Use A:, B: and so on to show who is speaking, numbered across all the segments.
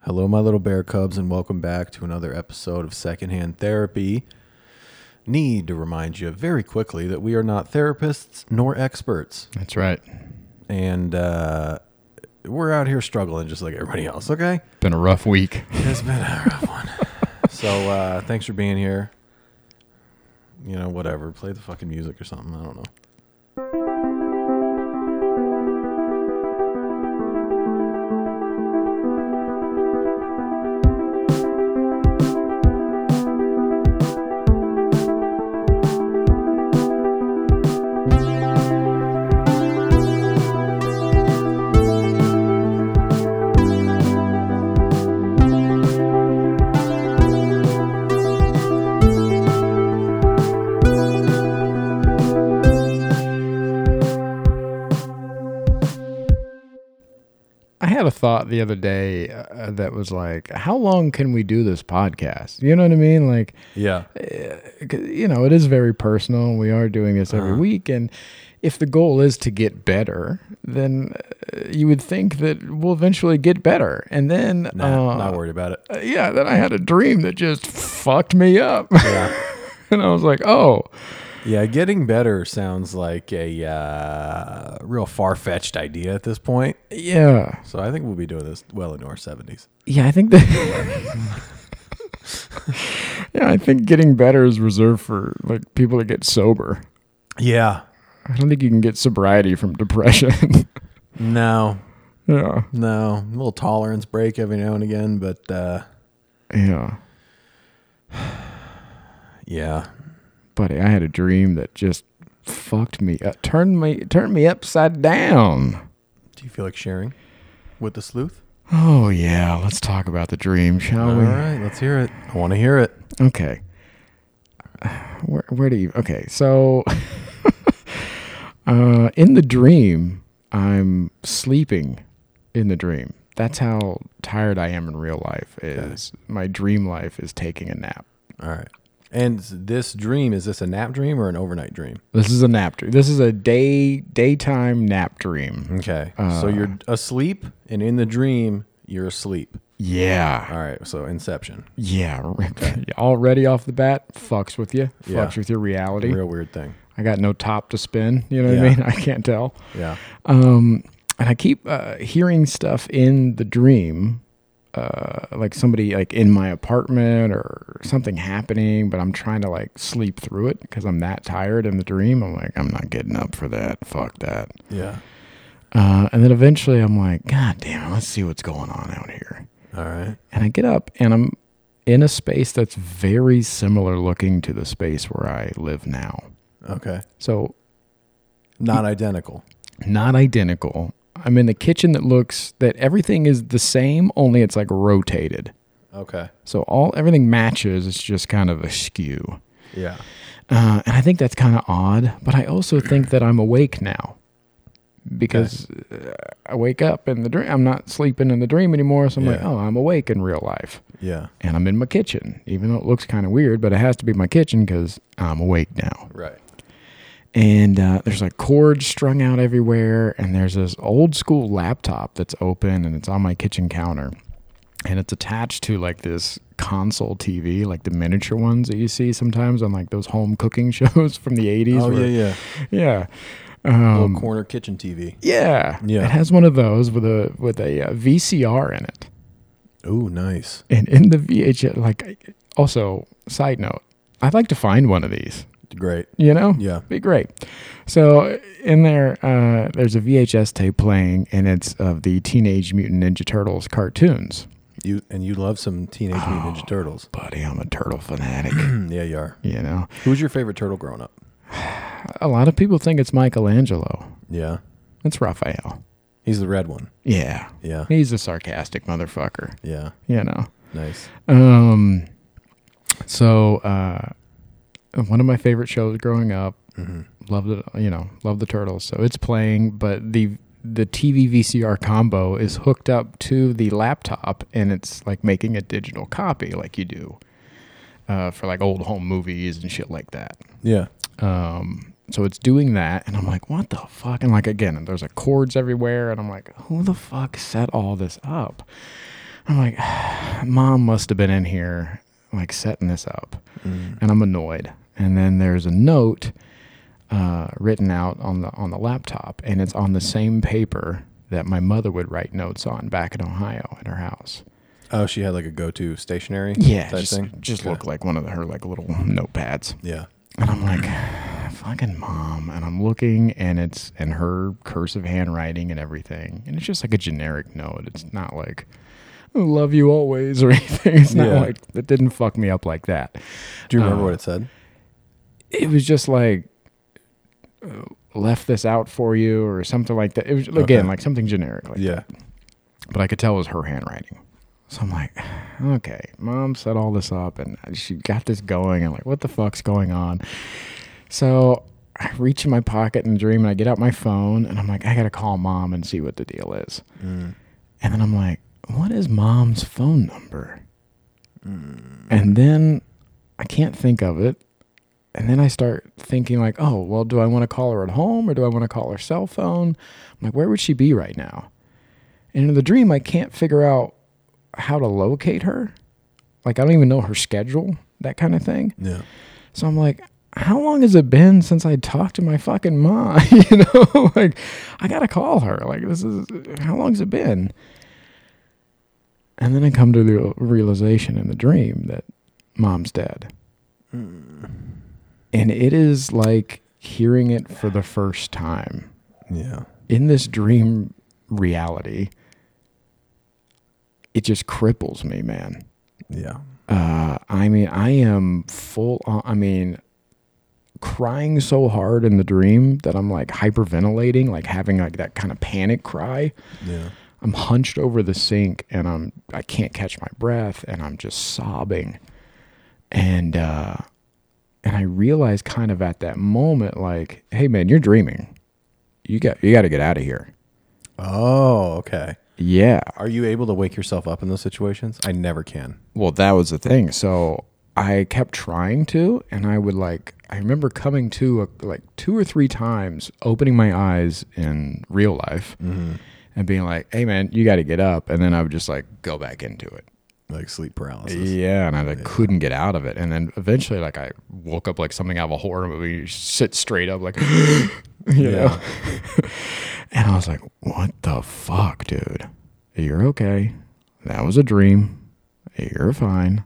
A: Hello, my little bear cubs, and welcome back to another episode of Secondhand Therapy. Need to remind you very quickly that we are not therapists nor experts,
B: That's right.
A: and uh, we're out here struggling just like everybody else, okay?
B: Been a rough week.
A: It's been a rough one. So, uh, thanks for being here. You know, whatever. Play the fucking music or something. I don't know.
B: I had a thought the other day uh, that was like, how long can we do this podcast? You know what I mean? Like,
A: Yeah.
B: 'cause, you know, it is very personal. and We are doing this every week. And if the goal is to get better, then uh, you would think that we'll eventually get better. And then,
A: Nah,
B: uh,
A: not worried about it.
B: yeah, then I had a dream that just fucked me up.
A: Yeah.
B: and I was like, oh,
A: Yeah, getting better sounds like a uh, real far fetched idea at this point.
B: yeah.
A: So I think we'll be doing this well into our seventies.
B: Yeah, I think that. yeah, I think getting better is reserved for like people that get sober.
A: Yeah.
B: I don't think you can get sobriety from depression.
A: No,
B: yeah,
A: no, a little tolerance break every now and again, but uh,
B: yeah,
A: yeah,
B: buddy. I had a dream that just fucked me, up, turned me, turned me upside down.
A: do you feel like sharing with the sleuth?
B: Oh yeah, let's talk about the dream, shall
A: All
B: we?
A: right, let's hear it. Oh, I want to hear it.
B: Okay. Where where do you Okay, so uh in the dream, I'm sleeping in the dream. That's how tired I am in real life is my dream life is taking a nap.
A: All right. And this dream is this a nap dream or an overnight dream?
B: This is a nap dream. This is a day daytime nap dream.
A: Okay, so you're asleep, and in the dream you're asleep.
B: Yeah.
A: All right, so Inception,
B: Yeah. Already off the bat, fucks with you. Fucks
A: Yeah.
B: with your reality.
A: real weird thing.
B: I got no top to spin, you know what
A: Yeah.
B: I mean? I can't tell.
A: Yeah.
B: Um, and I keep uh, hearing stuff in the dream, uh, like somebody like in my apartment or something happening, but I'm trying to like sleep through it because I'm that tired in the dream. I'm like, I'm not getting up for that. Fuck that.
A: Yeah.
B: Uh, and then eventually I'm like, God damn it, let's see what's going on out here.
A: All right.
B: And I get up and I'm in a space that's very similar looking to the space where I live now.
A: Okay.
B: So
A: Not identical.
B: not identical. I'm in the kitchen that looks that everything is the same, only it's like rotated.
A: Okay.
B: So all everything matches. It's just kind of askew,
A: Yeah.
B: uh, and I think that's kind of odd. But I also think that I'm awake now because uh, I wake up in the dream. I'm not sleeping in the dream anymore. So I'm like,
A: Yeah.
B: oh, I'm awake in real life,
A: Yeah.
B: and I'm in my kitchen. Even though it looks kind of weird, but it has to be my kitchen because I'm awake now.
A: Right.
B: and uh, there's like cords strung out everywhere and there's this old school laptop that's open and it's on my kitchen counter and it's attached to like this console tv like the miniature ones that you see sometimes on like those home cooking shows from the 80s
A: Oh yeah,
B: where-
A: yeah.
B: yeah
A: Little
B: um,
A: corner kitchen TV.
B: yeah
A: Yeah.
B: it has one of those with a with a uh, vcr in it
A: Oh, nice.
B: and in the vh like I- also side note i'd like to find one of these
A: Great.
B: you know
A: Yeah.
B: be great. So in there, uh, there's a VHS tape playing, and it's of the Teenage Mutant Ninja Turtles cartoons.
A: You and you love some Teenage Mutant Ninja Turtles.
B: Buddy, I'm a turtle fanatic.
A: yeah, you are.
B: you know,
A: Who's your favorite turtle growing up?
B: a lot of people think it's Michelangelo.
A: Yeah.
B: It's Raphael.
A: He's the red one.
B: Yeah,
A: Yeah.
B: he's a sarcastic motherfucker.
A: Yeah.
B: You know.
A: Nice.
B: Um. So, uh, one of my favorite shows growing up. Loved it. You know, loved the turtles. So it's playing, but the the TV VCR combo is hooked up to the laptop, and it's like making a digital copy, like you do. Uh, for like old home movies and shit like that.
A: Yeah.
B: Um, so it's doing that, and I'm like, what the fuck? And like again, there's like cords everywhere, and I'm like, who the fuck set all this up? I'm like, mom must have been in here like setting this up,
A: Mm.
B: and I'm annoyed. And then there's a note uh, written out on the on the laptop, and it's on the same paper that my mother would write notes on back in Ohio at her house.
A: Oh, she had like a go-to stationery.
B: Yeah,
A: type
B: just,
A: thing.
B: just
A: Okay.
B: look like one of the, her like little notepads.
A: Yeah.
B: And I'm like, fucking mom. And I'm looking and it's and her cursive handwriting and everything. And it's just like a generic note. It's not like I love you always or anything. It's not
A: Yeah.
B: like it didn't fuck me up like that.
A: Do you remember
B: Uh,
A: what it said?
B: It was just like uh, left this out for you or something like that. It was again
A: Okay.
B: like something generic like
A: Yeah.
B: but I could tell it was her handwriting. So I'm like, okay, mom set all this up and she got this going. I'm like, what the fuck's going on? So I reach in my pocket and dream and I get out my phone and I'm like, I gotta call mom and see what the deal is.
A: Mm.
B: And then I'm like, what is mom's phone number? And then I can't think of it. And then I start thinking like, oh, well, do I want to call her at home or do I want to call her cell phone? I'm like, where would she be right now? And in the dream, I can't figure out how to locate her. Like, I don't even know her schedule, that kind of thing.
A: Yeah.
B: So I'm like, how long has it been since I talked to my fucking mom? you know, like I gotta call her. Like this is how long's it been? And then I come to the realization in the dream that mom's dead, and it is like hearing it for the first time
A: Yeah.
B: in this dream reality. It just cripples me, man.
A: Yeah.
B: Uh, I mean, I am full. On, I mean, crying so hard in the dream that I'm like hyperventilating, like having like that kind of panic cry.
A: Yeah.
B: I'm hunched over the sink and I'm I can't catch my breath and I'm just sobbing. And uh and I realize kind of at that moment like, hey man, you're dreaming. You got you got to get out of here.
A: Oh, okay.
B: Yeah.
A: Are you able to wake yourself up in those situations? I never can.
B: Well, that was the thing. So I kept trying to, and I would like, I remember coming to uh like two or three times, opening my eyes in real life and being like, hey, man, you got to get up. And then I would just like go back into it.
A: Like sleep paralysis.
B: Yeah. And I like, couldn't get out of it. And then eventually, like, I woke up like something out of a horror movie, you sit straight up, like, you know? and I was like, what the fuck, dude? You're okay. That was a dream. You're fine.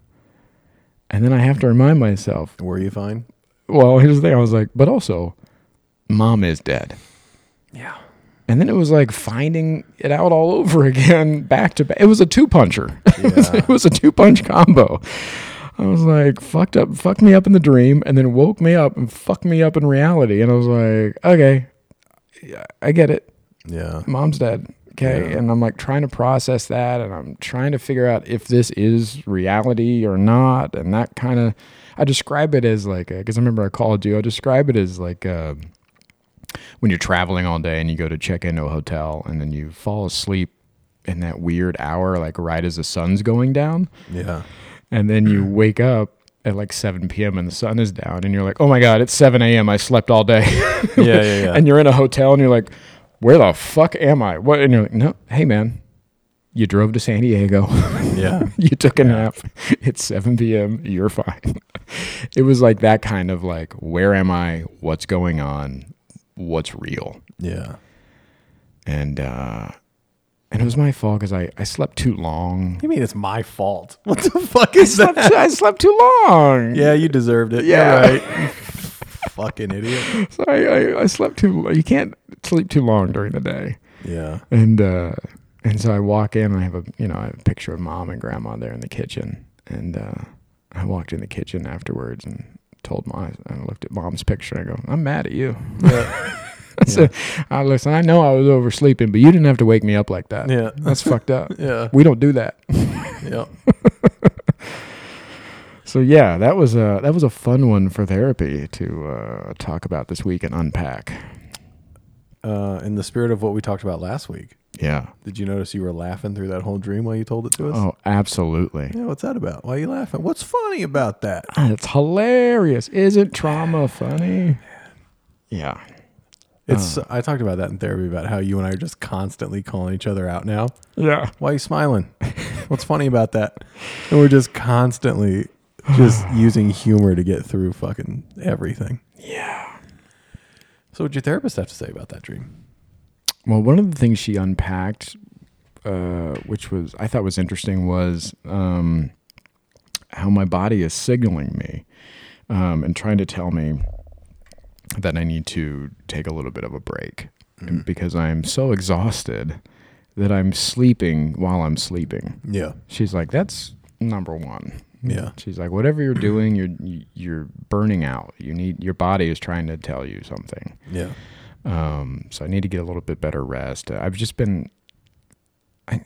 B: And then I have to remind myself,
A: Were you fine?
B: well, here's the thing. I was like, but also, mom is dead.
A: Yeah.
B: And then it was like finding it out all over again, back to back. It was a two puncher. It was-
A: Yeah.
B: it was a two punch combo. I was like, fucked up, fucked me up in the dream, and then woke me up and fucked me up in reality. And I was like, okay, yeah, I get it.
A: Yeah.
B: Mom's dead. Okay.
A: Yeah.
B: And I'm like trying to process that, and I'm trying to figure out if this is reality or not. And that kind of, I describe it as like, because I remember I called you, I describe it as like, uh, when you're traveling all day and you go to check into a hotel and then you fall asleep in that weird hour, like right as the sun's going down.
A: Yeah.
B: And then you wake up at like 7 p.m. and the sun is down and you're like, oh my God, it's 7 a.m. I slept all day.
A: Yeah. Yeah. yeah.
B: and you're in a hotel and you're like, where the fuck am I? What? And you're like, no, hey man, you drove to San Diego.
A: yeah.
B: you took a nap. It's 7 p.m. You're fine. it was like that kind of like, where am I? What's going on? What's real?
A: Yeah.
B: and uh and it was my fault because I, I slept too long.
A: You mean it's my fault? What the fuck is that?
B: I slept too long.
A: Yeah, you deserved it.
B: Yeah.
A: You're right. Fucking idiot.
B: So I, I, I slept too You can't sleep too long during the day.
A: Yeah.
B: And uh and so I walk in and I have a you know, I have a picture of mom and grandma there in the kitchen. And uh I walked in the kitchen afterwards and told mom I looked at mom's picture and I go, I'm mad at you. I said, I listen, I know I was oversleeping, but you didn't have to wake me up like that.
A: Yeah.
B: That's fucked up.
A: Yeah.
B: We don't do that.
A: Yeah.
B: So yeah, that was a that was a fun one for therapy to uh, talk about this week and unpack.
A: Uh, in the spirit of what we talked about last week,
B: Yeah.
A: did you notice you were laughing through that whole dream while you told it to us?
B: Oh, absolutely.
A: Yeah, what's that about? Why are you laughing? What's funny about that?
B: Ah, It's hilarious. Isn't trauma funny? Yeah.
A: It's I talked about that in therapy about how you and I are just constantly calling each other out now.
B: Yeah.
A: Why are you smiling? What's funny about that? And we're just constantly just using humor to get through fucking everything.
B: Yeah.
A: So what'd your therapist have to say about that dream?
B: Well, one of the things she unpacked, uh, which was I thought was interesting, was um, how my body is signaling me um, and trying to tell me that I need to take a little bit of a break and because I'm so exhausted that I'm sleeping while I'm sleeping.
A: Yeah.
B: She's like, "That's number one."
A: Yeah.
B: She's like, "Whatever you're doing, you're you're burning out. You need your body is trying to tell you something."
A: Yeah.
B: Um, so I need to get a little bit better rest. I've just been, I,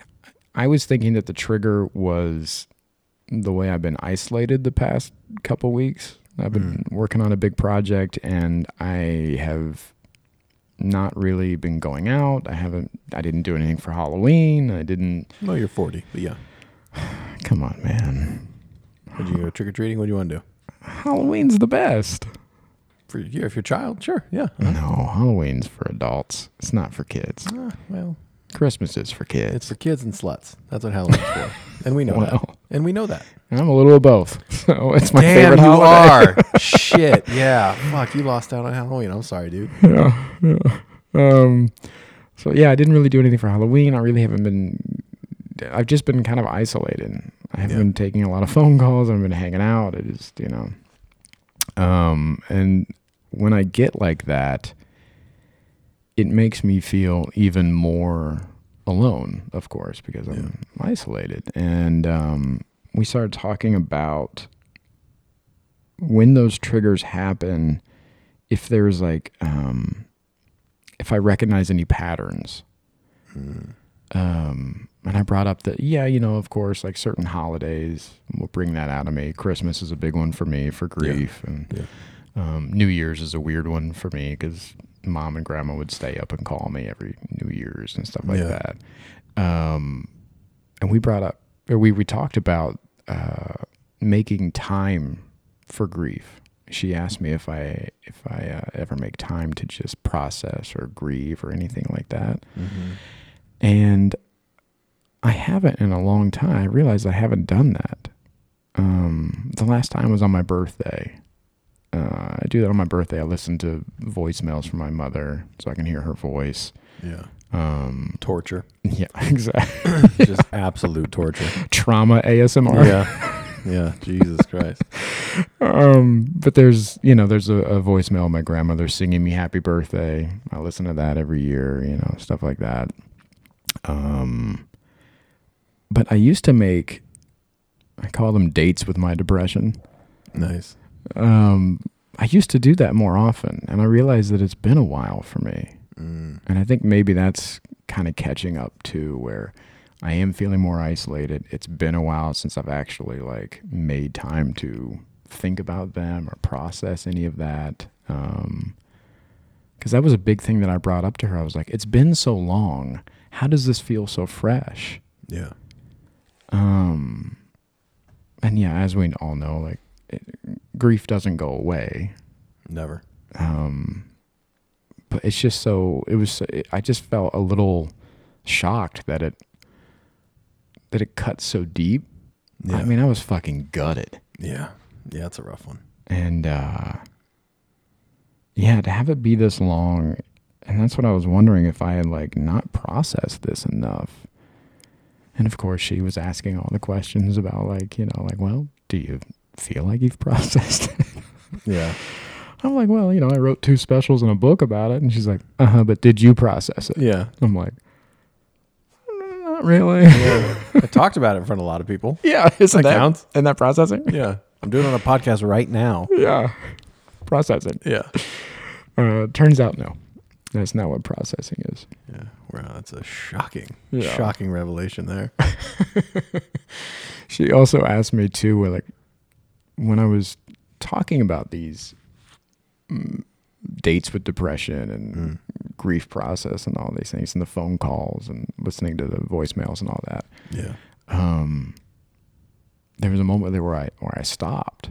B: I was thinking that the trigger was the way I've been isolated the past couple weeks. I've been
A: Hmm.
B: working on a big project and I have not really been going out. I haven't, I didn't do anything for Halloween. I didn't,
A: Well, you're 40, but yeah.
B: come on, man.
A: Would you go trick or treating? What do you want to do?
B: Halloween's the best.
A: For you, if you're a child, sure. Yeah.
B: No, Halloween's for adults. It's not for kids.
A: Ah, well,
B: Christmas is for kids.
A: it's for kids and sluts. That's what Halloween's for. And we know that.
B: Wow.
A: And we know that.
B: I'm a little of both. So it's my
A: Damn,
B: favorite
A: you
B: holiday.
A: are. Shit. Yeah. Fuck, you lost out on Halloween. I'm sorry, dude.
B: yeah, yeah. Um, so yeah, I didn't really do anything for Halloween. I really haven't been. I've just been kind of isolated. I haven't
A: Yeah.
B: been taking a lot of phone calls. I've been hanging out. It is, you know. Um, and when I get like that, it makes me feel even more alone, of course, because I'm isolated. And um, we started talking about when those triggers happen if there's like um if I recognize any patterns.
A: Hmm,
B: Um and I brought up that yeah, you know, of course, like certain holidays will bring that out of me. Christmas is a big one for me for grief and
A: Yeah.
B: um New Year's is a weird one for me cuz mom and grandma would stay up and call me every New Year's and stuff like
A: Yeah.
B: that. Um and we brought up or we we talked about uh making time for grief. She asked me if I if I uh, ever make time to just process or grieve or anything like that,
A: hmm.
B: and I haven't in a long time. I realized I haven't done that. Um, the last time was on my birthday. Uh, I do that on my birthday. I listen to voicemails from my mother so I can hear her voice.
A: Yeah.
B: Um,
A: Torture.
B: yeah, exactly.
A: Just absolute torture.
B: Trauma ASMR.
A: Yeah. Yeah. Jesus Christ.
B: um, but there's you know there's a, a voicemail of my grandmother singing me happy birthday. I listen to that every year, you know, stuff like that. Um, but I used to make I call them dates with my depression.
A: Nice.
B: Um, I used to do that more often, and I realized that it's been a while for me.
A: Mm.
B: And I think maybe that's kind of catching up to where I am feeling more isolated. It's been a while since I've actually like made time to think about them or process any of that. Um 'cause because that was a big thing that I brought up to her. I was like, it's been so long. How does this feel so fresh?
A: Yeah.
B: Um, and yeah, as we all know, like it, grief doesn't go away
A: Never.
B: um but it's just so it was it, i just felt a little shocked that it that it cut so deep
A: Yeah.
B: i mean i was fucking gutted
A: yeah. Yeah. It's a rough one.
B: and uh yeah to have it be this long and that's what i was wondering if i had like not processed this enough and of course she was asking all the questions about like you know like well do you feel like you've processed it?
A: Yeah.
B: i'm like well you know i wrote two specials and a book about it and she's like uh-huh but did you process it
A: Yeah.
B: I'm like, "Mm, not really.
A: I talked about it in front of a lot of people.
B: Yeah, isn't
A: That counts.
B: Isn't that processing?
A: Yeah. I'm doing it on a podcast right now.
B: Yeah, processing.
A: Yeah.
B: Uh, turns out no, that's not what processing is.
A: Yeah. Wow. That's a shocking,
B: Yeah.
A: shocking revelation there.
B: She also asked me too, where, like, when I was talking about these mm, dates with depression and
A: Mm.
B: grief process and all these things, and the phone calls and listening to the voicemails and all that.
A: Yeah.
B: um, there was a moment there where I where I stopped,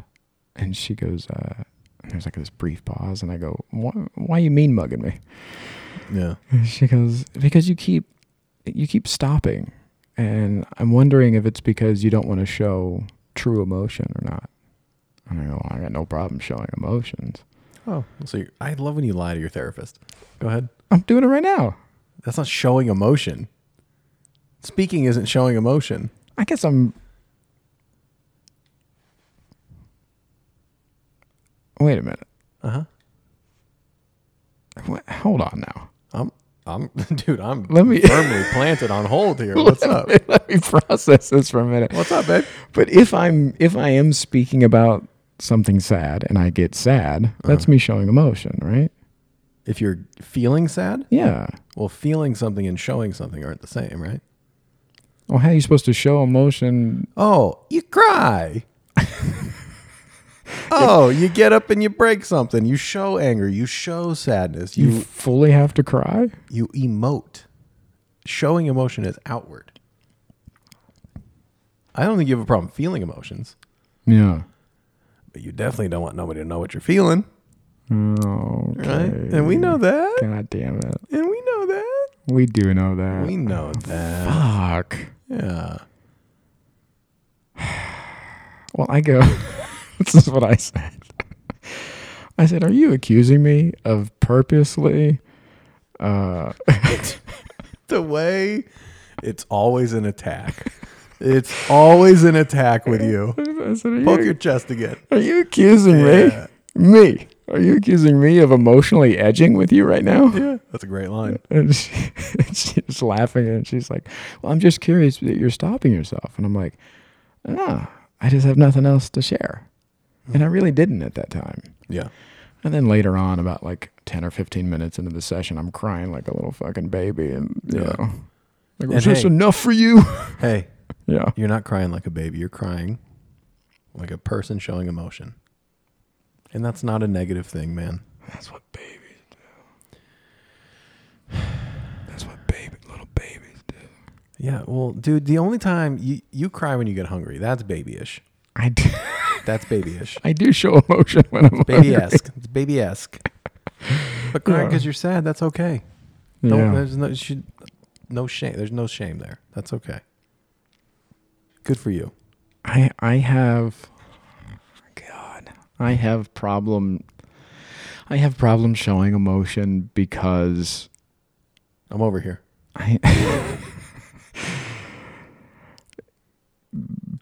B: and she goes, uh, There's like this brief pause, and I go, "Why, why you mean mugging me?"
A: Yeah.
B: She goes, "Because you keep, you keep stopping, and I'm wondering if it's because you don't want to show true emotion or not." And I go, well, "I got no problem showing emotions.
A: Oh, so you I love when you lie to your therapist. Go ahead.
B: I'm doing it right now.
A: That's not showing emotion. Speaking isn't showing emotion.
B: I guess I'm." Wait a minute.
A: Uh huh.
B: What? Hold on now.
A: I'm, I'm, dude, I'm
B: Let me-
A: firmly planted on hold here. What's up?
B: Let me process this for a minute.
A: What's up, babe?
B: But if I'm if I am speaking about something sad and I get sad, that's
A: Uh-huh.
B: me showing emotion, right?
A: If you're feeling sad,
B: Yeah.
A: well, feeling something and showing something aren't the same, right?
B: Well, how are you supposed to show emotion?
A: Oh, you cry. oh, you get up and you break something. You show anger. You show sadness.
B: You
A: You
B: fully have to cry?
A: you emote. Showing emotion is outward. I don't think you have a problem feeling emotions,
B: Yeah.
A: but you definitely don't want nobody to know what you're feeling,
B: Oh,
A: right? And we know that.
B: God damn it.
A: And we know that.
B: We do know that.
A: We know that.
B: Fuck.
A: Yeah.
B: Well, I go. this is what I said. I said, "Are you accusing me of purposely?" Uh,
A: The way it's always an attack. It's always an attack with you.
B: I said, "Are you
A: Poke your chest again.
B: Are you accusing
A: Yeah.
B: me? Me? Are you accusing me of emotionally edging with you right now?
A: Yeah, that's a great line.
B: And she, and she's laughing and she's like, "Well, I'm just curious that you're stopping yourself." And I'm like, "Ah, I just have nothing else to share," and I
A: Hmm.
B: really didn't at that time.
A: Yeah.
B: And then later on, about like ten or fifteen minutes into the session, I'm crying like a little fucking baby, and you
A: Yeah.
B: know, like,
A: And
B: was this
A: hey-
B: enough for you?
A: Hey,
B: yeah,
A: you're not crying like a baby. You're crying like a person showing emotion. And that's not a negative thing, man.
B: that's what babies do. That's what baby, little babies do.
A: Yeah. Well, dude, the only time you, you cry when you get hungry, that's babyish.
B: I do.
A: That's babyish.
B: I do show emotion when I'm
A: Baby
B: hungry.
A: esque. It's baby esque. But crying
B: Yeah.
A: because you're sad, that's okay. Don't,
B: Yeah.
A: There's no, you should, no shame. There's no shame there. That's okay. Good for you.
B: I I have God. I have problem I have problem showing emotion because
A: I'm over here.
B: I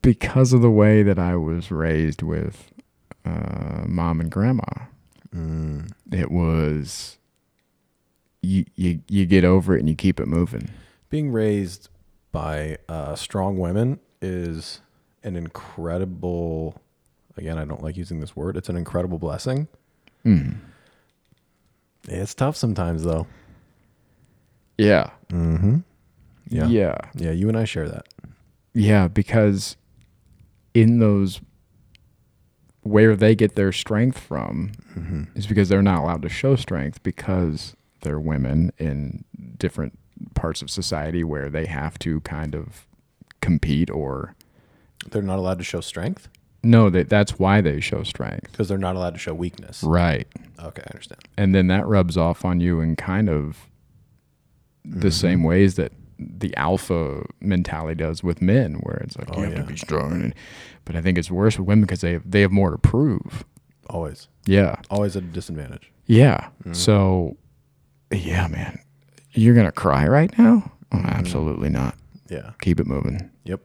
B: because of the way that I was raised with uh, mom and grandma.
A: Mm.
B: It was you you you get over it and you keep it moving.
A: being raised by uh, strong women is an incredible again i don't like using this word it's an incredible blessing
B: Mm.
A: it's tough sometimes though
B: Yeah.
A: mm-hmm yeah yeah,
B: Yeah.
A: you and i share that
B: Yeah, because in those where they get their strength from
A: Mm-hmm.
B: is because they're not allowed to show strength because they're women in different parts of society where they have to kind of compete or
A: they're not allowed to show strength
B: no that that's why they show strength.
A: because they're not allowed to show weakness
B: Right.
A: okay i understand
B: And then that rubs off on you in kind of
A: Mm-hmm.
B: the same ways that the alpha mentality does with men, where it's like
A: Oh,
B: you have
A: yeah.
B: to be strong. And, but I think it's worse with women because they have, they have more to prove.
A: always
B: Yeah,
A: always at a disadvantage
B: yeah.
A: Mm-hmm.
B: So, yeah, man, you're gonna cry right now? Oh,
A: Mm-hmm.
B: Absolutely not.
A: yeah
B: Keep it moving.
A: yep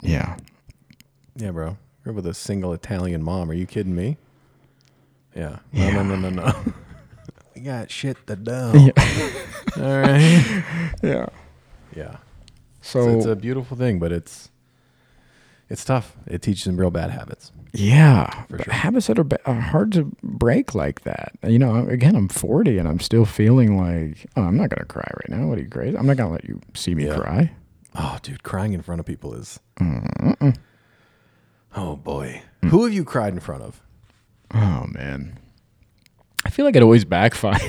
B: Yeah,
A: yeah bro you're with a single italian mom are you kidding me yeah no no no no no we got shit to do all right
B: yeah.
A: yeah
B: So
A: it's a beautiful thing, but it's it's tough. It teaches them real bad habits.
B: yeah,
A: For
B: but
A: sure.
B: habits that are, ba- are hard to break like that. You know, again, I'm 40 and I'm still feeling like, oh, I'm not gonna cry right now. What are you crazy? I'm not gonna let you see me
A: Yeah.
B: cry.
A: Oh, dude, crying in front of people is. Oh boy, who have you cried in front of?
B: Oh man, I feel like it always backfires.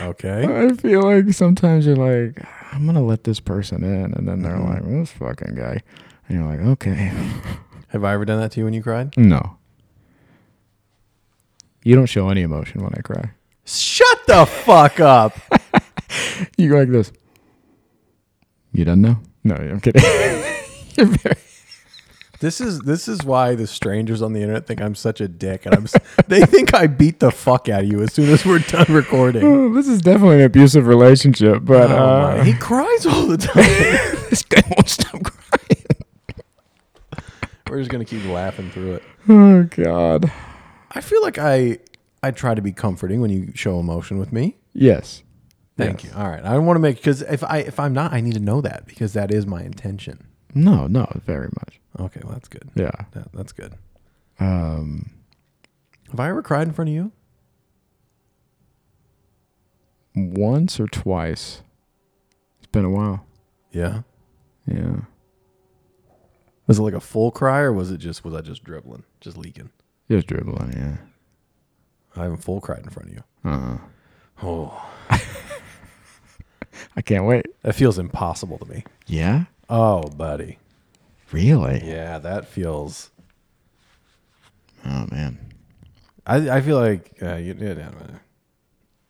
A: Okay,
B: I feel like sometimes you're like, Mm-hmm. I'm gonna let this person in, and then they're like, this fucking guy, and you're like, okay,
A: Have I ever done that to you when you cried?
B: No. You don't show any emotion when I cry.
A: Shut the fuck up.
B: You go like this. You don't know? No, I'm kidding. You're very-
A: This is this is why the strangers on the internet think I'm such a dick, and I'm s- they think I beat the fuck out of you as soon as we're done recording.
B: Oh, this is definitely an abusive relationship, but
A: Oh my-
B: uh,
A: he cries all the time.
B: this guy won't stop crying.
A: we're just gonna keep laughing through it.
B: Oh God.
A: I feel like I I try to be comforting when you show emotion with me.
B: Yes.
A: Thank you. All right, I want to make because if I if I'm not, I need to know that because that is my intention.
B: No, no, very much.
A: Okay, well that's good.
B: Yeah.
A: That, that's good.
B: Um,
A: Have I ever cried in front of you?
B: once or twice. It's been a while.
A: Yeah.
B: Yeah.
A: Was it like a full cry or was it just was I just dribbling, just leaking?
B: Just dribbling. Yeah.
A: I haven't full cried in front of you.
B: Uh,
A: Oh,
B: I can't wait.
A: that feels impossible to me.
B: Yeah.
A: Oh, buddy.
B: Really?
A: Yeah, that feels.
B: Oh man.
A: I I feel like uh, you. Yeah,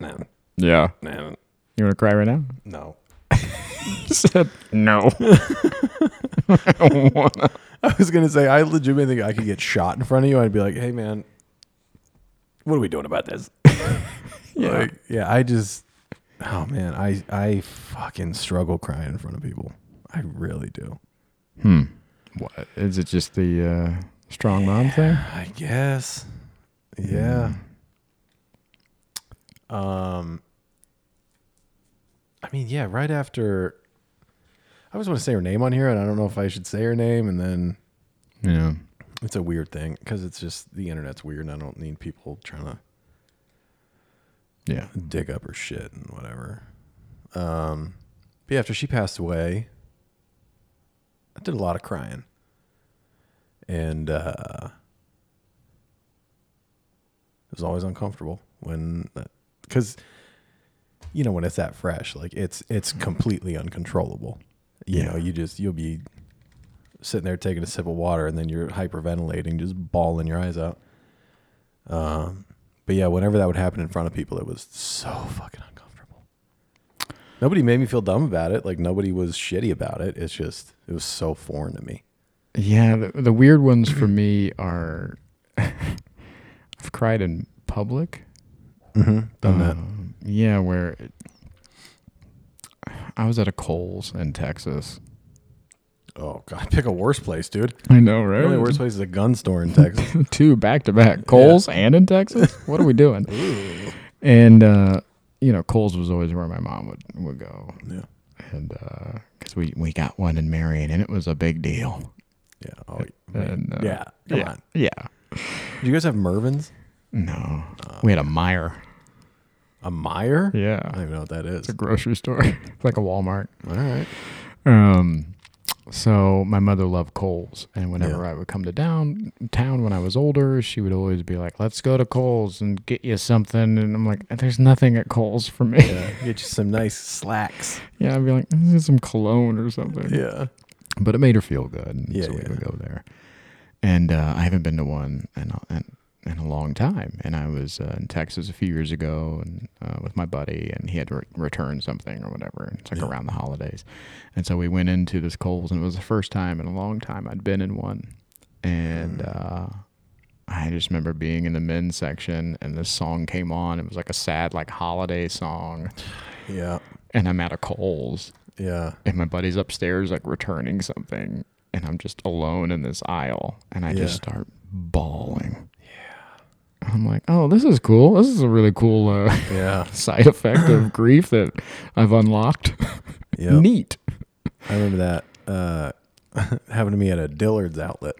A: no, no,
B: Yeah.
A: no,
B: You want to cry right now?
A: no.
B: said no.
A: I was gonna say I legitimately think I could get shot in front of you. I'd be like, hey man, what are we doing about this?
B: Yeah.
A: Like, yeah. I just. Oh man, I I fucking struggle crying in front of people. I really do.
B: Hmm. What is it? Just the uh, strong mom thing?
A: I guess. Yeah. Um I mean, yeah, right after I always want to say her name on here and I don't know if I should say her name and then
B: Yeah.
A: it's a weird thing cuz it's just the internet's weird and I don't need people trying to
B: Yeah.
A: dig up her shit and whatever. Um but yeah, after she passed away, I did a lot of crying. And uh it was always uncomfortable when cuz you know when it's that fresh, like it's it's completely uncontrollable. You
B: Yeah.
A: know, you just you'll be sitting there taking a sip of water and then you're hyperventilating, just bawling your eyes out. Um, but yeah, whenever that would happen in front of people, it was so fucking uncomfortable. Nobody made me feel dumb about it. Like nobody was shitty about it. It's just it was so foreign to me.
B: Yeah. The, the weird ones for me are I've cried in public.
A: Mm-hmm. Done that.
B: Um, Yeah, where it, I was at a Coles in Texas.
A: Oh god, pick a worse place, dude.
B: I know, right?
A: The only worst place is a gun store in Texas.
B: Two back to back, Coles and in Texas. What are we doing? and uh, you know, Coles was always where my mom would would go,
A: yeah,
B: and because we we got one in Marion, and it was a big deal.
A: yeah, oh,
B: And, uh,
A: yeah. Come
B: yeah,
A: on.
B: yeah.
A: Do you guys have Mervin's?
B: No, we had a Meyer.
A: A Meyer? I don't
B: Yeah,
A: even know what that is.
B: it's a grocery store, It's like a Walmart.
A: All right.
B: Um, so my mother loved Coles, and whenever
A: Yeah.
B: I would come to downtown when I was older, she would always be like, "Let's go to Coles and get you something." And I'm like, "There's nothing at Coles for me." Yeah,
A: Yeah, get you some nice slacks.
B: I'd be like, "This is some cologne or something."
A: Yeah.
B: But it made her feel good, and
A: Yeah,
B: so we
A: yeah.
B: would go there. And uh, I haven't been to one in a, in, in a long time. And I was uh, in Texas a few years ago, and uh, with my buddy, and he had to re- return something or whatever. and It's like
A: Yeah.
B: around the holidays, and so we went into this Coles, and it was the first time in a long time I'd been in one. And
A: Hmm.
B: uh, I just remember being in the men's section, and this song came on. It was like a sad, like holiday song,
A: Yeah.
B: and I'm at a Coles,
A: Yeah.
B: and my buddy's upstairs like returning something and i'm just alone in this aisle and i just
A: Yeah.
B: start bawling yeah i'm like oh this is cool this is a really cool uh,
A: Yeah.
B: side effect of grief that i've unlocked
A: Yeah.
B: neat
A: I remember that uh, happened to me at a Dillard's outlet.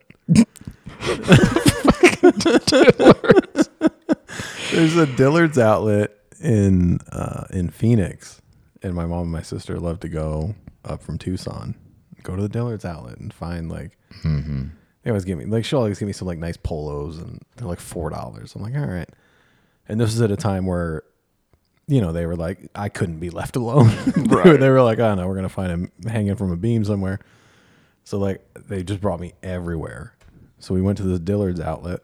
A: There's a Dillard's outlet in uh, in Phoenix, and my mom and my sister love to go up from Tucson, go to the Dillard's outlet and find like they always give me like she'll always give me some like nice polos and they're like four dollars. I'm like, all right. And this is at a time where, you know, they were like, I couldn't be left alone. they, were, they were like, oh no, we're gonna find him hanging from a beam somewhere. So like they just brought me everywhere. So we went to the Dillard's outlet,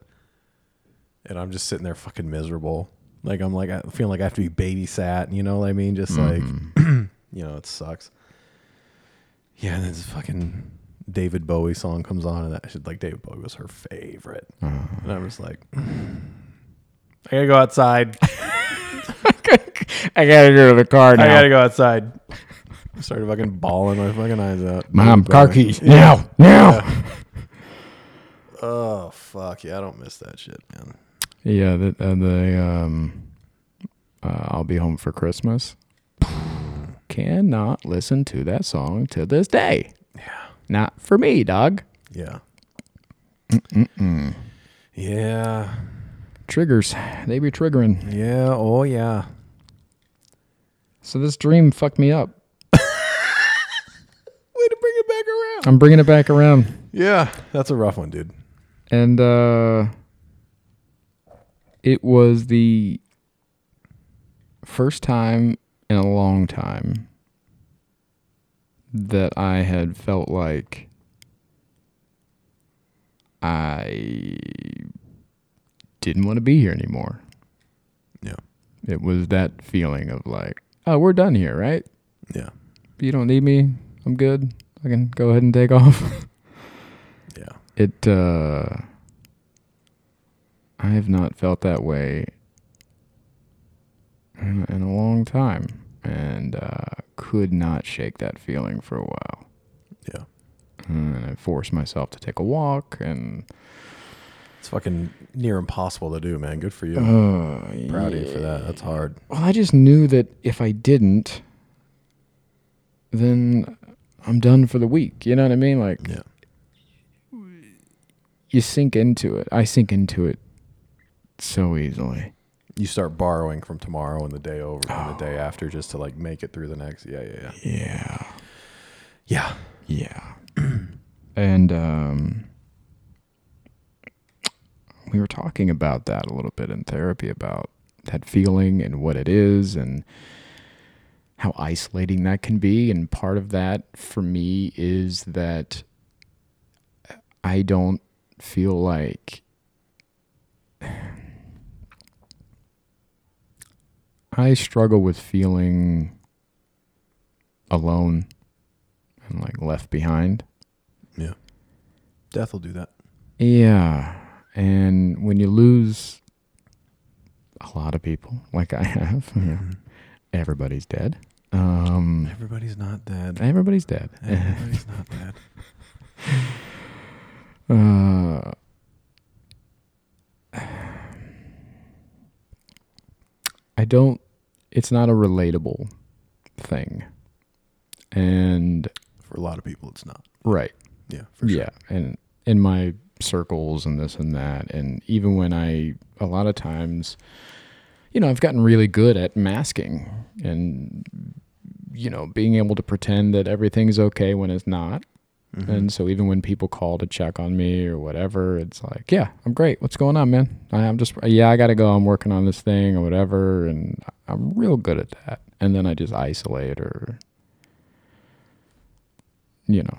A: and I'm just sitting there fucking miserable. Like I'm like I feel like I have to be babysat. You know what I mean? Just like you know, it sucks. Yeah, and then this fucking David Bowie song comes on, and that shit like David Bowie was her favorite. And I'm just like, I gotta go outside.
B: I gotta go to the car
A: I
B: now.
A: gotta go outside. I started fucking bawling my fucking eyes out.
B: Mom,
A: But-
B: car keys now, now.
A: Oh fuck yeah, I don't miss that shit, man.
B: Yeah, the uh, the um, uh, I'll be home for Christmas. Cannot listen to that song to this day.
A: Yeah.
B: Not for me, dog.
A: Yeah. Yeah.
B: Triggers, they be triggering.
A: Yeah. Oh yeah.
B: So this dream fucked me up.
A: Way to bring it back around.
B: I'm bringing it back around,
A: Yeah, that's a rough one, dude.
B: and uh, it was the first time in a long time that I had felt like I didn't want to be here anymore.
A: Yeah.
B: It was that feeling of like, oh, we're done here, right?
A: Yeah.
B: You don't need me. I'm good. I can go ahead and take off.
A: Yeah.
B: it uh i have not felt that way in, in a long time and uh could not shake that feeling for a while
A: Yeah.
B: and i forced myself to take a walk and
A: It's fucking near impossible to do, man. Good for you.
B: uh,
A: Proud of you for that. That's hard.
B: well i just knew that if i didn't then i'm done for the week you know what i mean like
A: Yeah.
B: you sink into it i sink into it so easily
A: You start borrowing from tomorrow and the day over and the day after just to like make it through the next. Yeah, yeah, yeah.
B: yeah
A: Yeah.
B: Yeah. and um, we were talking about that a little bit in therapy about that feeling and what it is and how isolating that can be. And part of that for me is that I don't feel like. I struggle with feeling alone and like left behind.
A: Yeah. Death will do that.
B: Yeah. And when you lose a lot of people, like I have,
A: Mm-hmm.
B: you know, everybody's dead. Um,
A: Everybody's not dead.
B: everybody's dead.
A: Everybody's not dead.
B: Uh, I don't, it's not a relatable thing. And,
A: For a lot of people, it's not.
B: right.
A: Yeah. For sure.
B: Yeah, and in my circles and this and that, and even when I, a lot of times, you know, I've gotten really good at masking and you know being able to pretend that everything's okay when it's not.
A: Mm-hmm.
B: And so even when people call to check on me or whatever, it's like, yeah, I'm great. What's going on, man? I, I'm just, yeah, I got to go. I'm working on this thing or whatever, and I'm real good at that. And then I just isolate or, you know,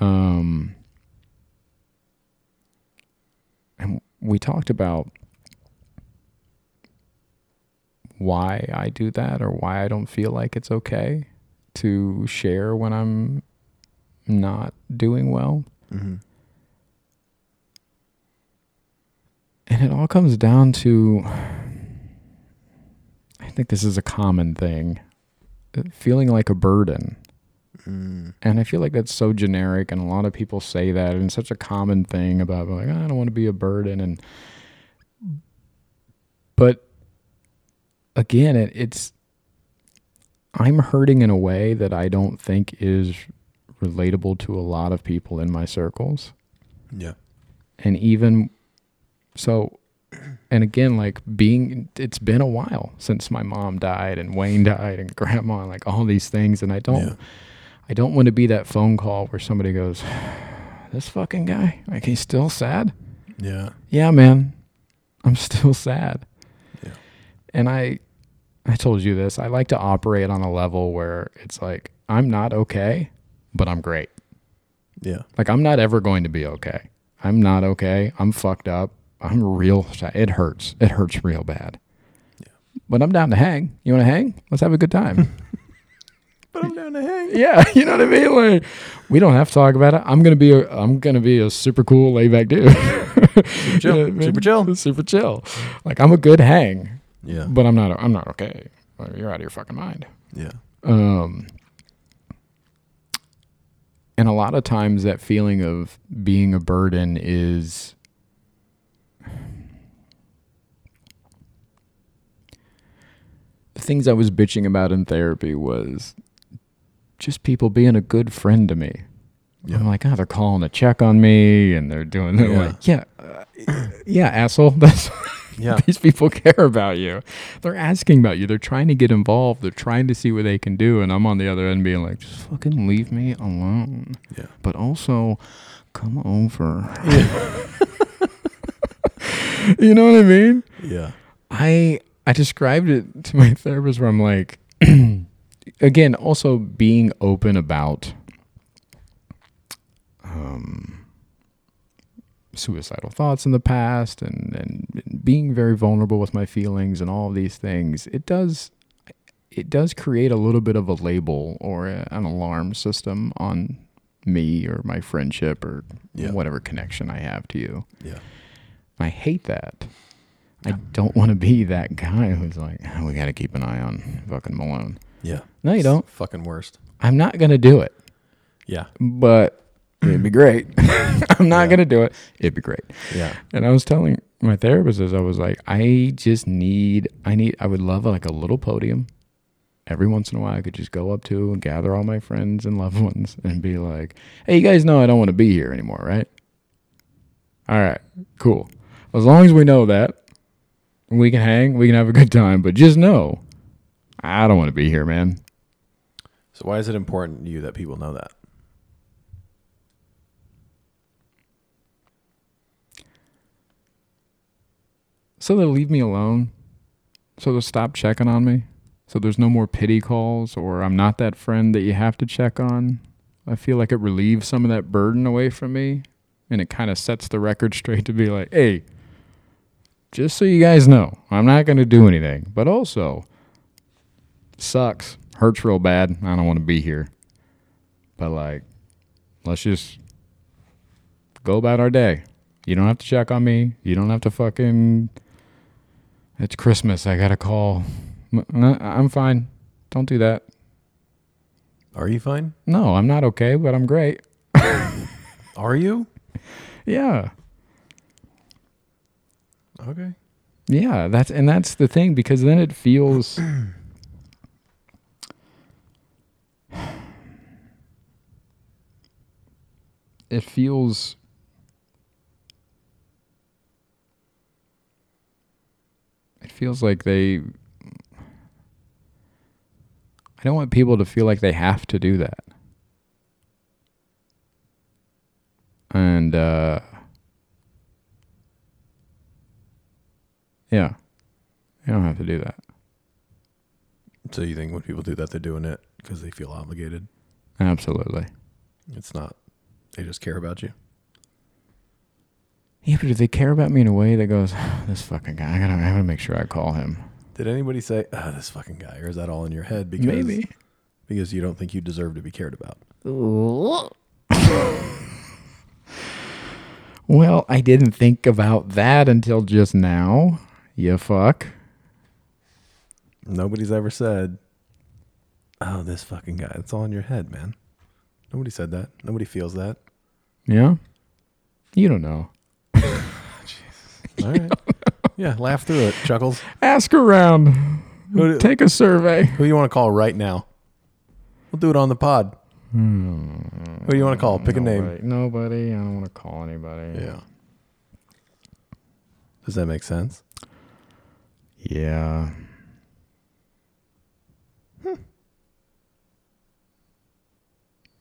B: um, and we talked about why I do that or why I don't feel like it's okay to share when I'm not doing well.
A: Mm-hmm.
B: And it all comes down to I think this is a common thing uh, feeling like a burden.
A: Mm.
B: And I feel like that's so generic, and a lot of people say that, and it's such a common thing about like, I don't want to be a burden, and but again, it, it's I'm hurting in a way that I don't think is relatable to a lot of people in my circles,
A: Yeah.
B: and even so, and again, like being, it's been a while since my mom died and Wayne died and Grandma, and like all these things, and I don't.
A: Yeah.
B: I don't want to be that phone call where somebody goes, "This fucking guy, like he's still sad."
A: Yeah.
B: Yeah, man, I'm still sad.
A: Yeah.
B: And I, I told you this. I like to operate on a level where it's like I'm not okay, but I'm great.
A: Yeah.
B: Like I'm not ever going to be okay. I'm not okay. I'm fucked up. I'm real. si- It hurts. It hurts real bad. But I'm down to hang. You want to hang? Let's have a good time.
A: But I'm down to hang.
B: yeah, you know what I mean. Like, we don't have to talk about it. I'm gonna be. A, I'm gonna be a super cool, laid back dude. super
A: chill, super chill.
B: Super chill. Like I'm a good hang,
A: Yeah.
B: but I'm not. I'm not okay. Like, You're out of your fucking mind.
A: Yeah.
B: Um, and a lot of times that feeling of being a burden is the things I was bitching about in therapy was just people being a good friend to me.
A: Yeah.
B: I'm like, oh, they're calling to check on me, and they're doing. They're
A: Yeah.
B: like, yeah, uh, yeah, asshole. That's
A: Yeah.
B: these people care about you. They're asking about you. They're trying to get involved. They're trying to see what they can do. And I'm on the other end being like, just fucking leave me alone.
A: Yeah.
B: But also, come over. you know what I mean?
A: Yeah.
B: I I described it to my therapist where I'm like, again, also being open about um, suicidal thoughts in the past and and being very vulnerable with my feelings and all of these things. It does it does create a little bit of a label or a- an alarm system on me or my friendship or
A: Yeah.
B: whatever connection I have to you.
A: Yeah.
B: I hate that. I don't want to be that guy who's like, "Oh, we got to keep an eye on fucking Malone.
A: Yeah.
B: No, you don't.
A: Fucking worst.
B: I'm not going to do it,
A: Yeah.
B: but it'd be great. I'm not
A: Yeah.
B: going to do it. It'd be great.
A: Yeah.
B: And I was telling my therapist, as I was like, I just need, I need, I would love like a little podium. Every once in a while, I could just go up to and gather all my friends and loved ones and be like, hey, you guys know I don't want to be here anymore, right? All right, cool. As long as we know that, we can hang, we can have a good time, but just know I don't want to be here, man.
A: So why is it important to you that people know that?
B: So they'll leave me alone. So they'll stop checking on me. So there's no more pity calls or I'm not that friend that you have to check on. I feel like it relieves some of that burden away from me and it kind of sets the record straight to be like, hey, just so you guys know, I'm not going to do anything. But also, sucks. Hurts real bad. I don't want to be here. But like, let's just go about our day. You don't have to check on me. You don't have to fucking. It's Christmas. I got to call. M- no, I'm fine. Don't do that.
A: Are you fine?
B: No, I'm not okay, but I'm great.
A: Are you?
B: Yeah.
A: Okay.
B: Yeah, that's and that's the thing because then it feels it feels it feels like they I don't want people to feel like they have to do that. And uh yeah. You don't have to do that.
A: So you think when people do that, they're doing it because they feel obligated?
B: Absolutely.
A: It's not. They just care about you.
B: Yeah, but do they care about me in a way that goes, this fucking guy, I gotta, I gotta make sure I call him.
A: Did anybody say, ah, this fucking guy? Or is that all in your head? Because,
B: Maybe.
A: Because you don't think you deserve to be cared about.
B: Well, I didn't think about that until just now. You fuck.
A: Nobody's ever said, oh, this fucking guy. It's all in your head, man. Nobody said that. Nobody feels that.
B: Yeah? You don't know.
A: All right. yeah, laugh through it. Chuckles.
B: Ask around.
A: Who do-
B: Take a survey.
A: Who you want to call right now? We'll do it on the pod. Who do you want to call?
B: Mm,
A: Pick a name.
B: Nobody, nobody. I don't want to call anybody.
A: Yeah. Does that make sense?
B: Yeah. Hmm.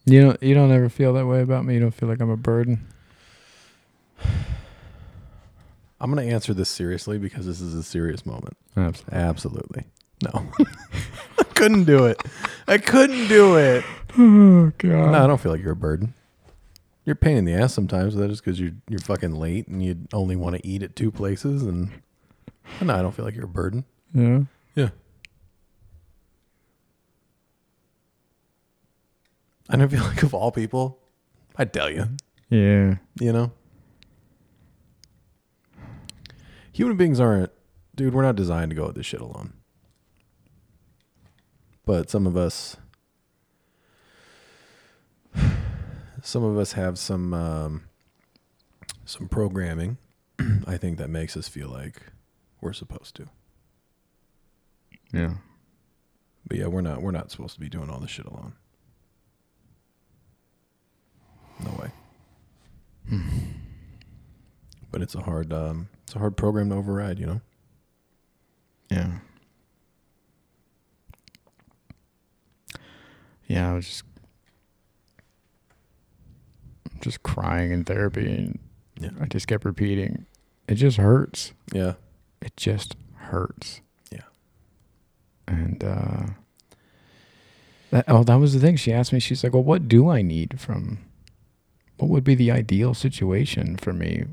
B: You don't, you don't ever feel that way about me. You don't feel like I'm a burden.
A: I'm going to answer this seriously because this is a serious moment.
B: Absolutely.
A: Absolutely. No. I couldn't do it. I couldn't do it.
B: Oh god.
A: No, I don't feel like you're a burden. You're a pain in the ass sometimes. but That is because you're you're fucking late and you only want to eat at two places. And no, I don't feel like you're a burden.
B: Yeah.
A: Yeah. I don't feel like of all people, I tell you,
B: Yeah.
A: you know, human beings aren't, dude. We're not designed to go at this shit alone. But some of us, some of us have some um, some programming. I think that makes us feel like we're supposed to.
B: Yeah.
A: But yeah, we're not we're not supposed to be doing all this shit alone. No way. but it's a hard um, it's a hard program to override, you know.
B: Yeah. Yeah, I was just just crying in therapy and
A: Yeah.
B: I just kept repeating, it just hurts.
A: Yeah.
B: It just hurts.
A: Yeah.
B: And uh that, oh, that was the thing. She asked me, she's like, Well, what do I need from what would be the ideal situation for me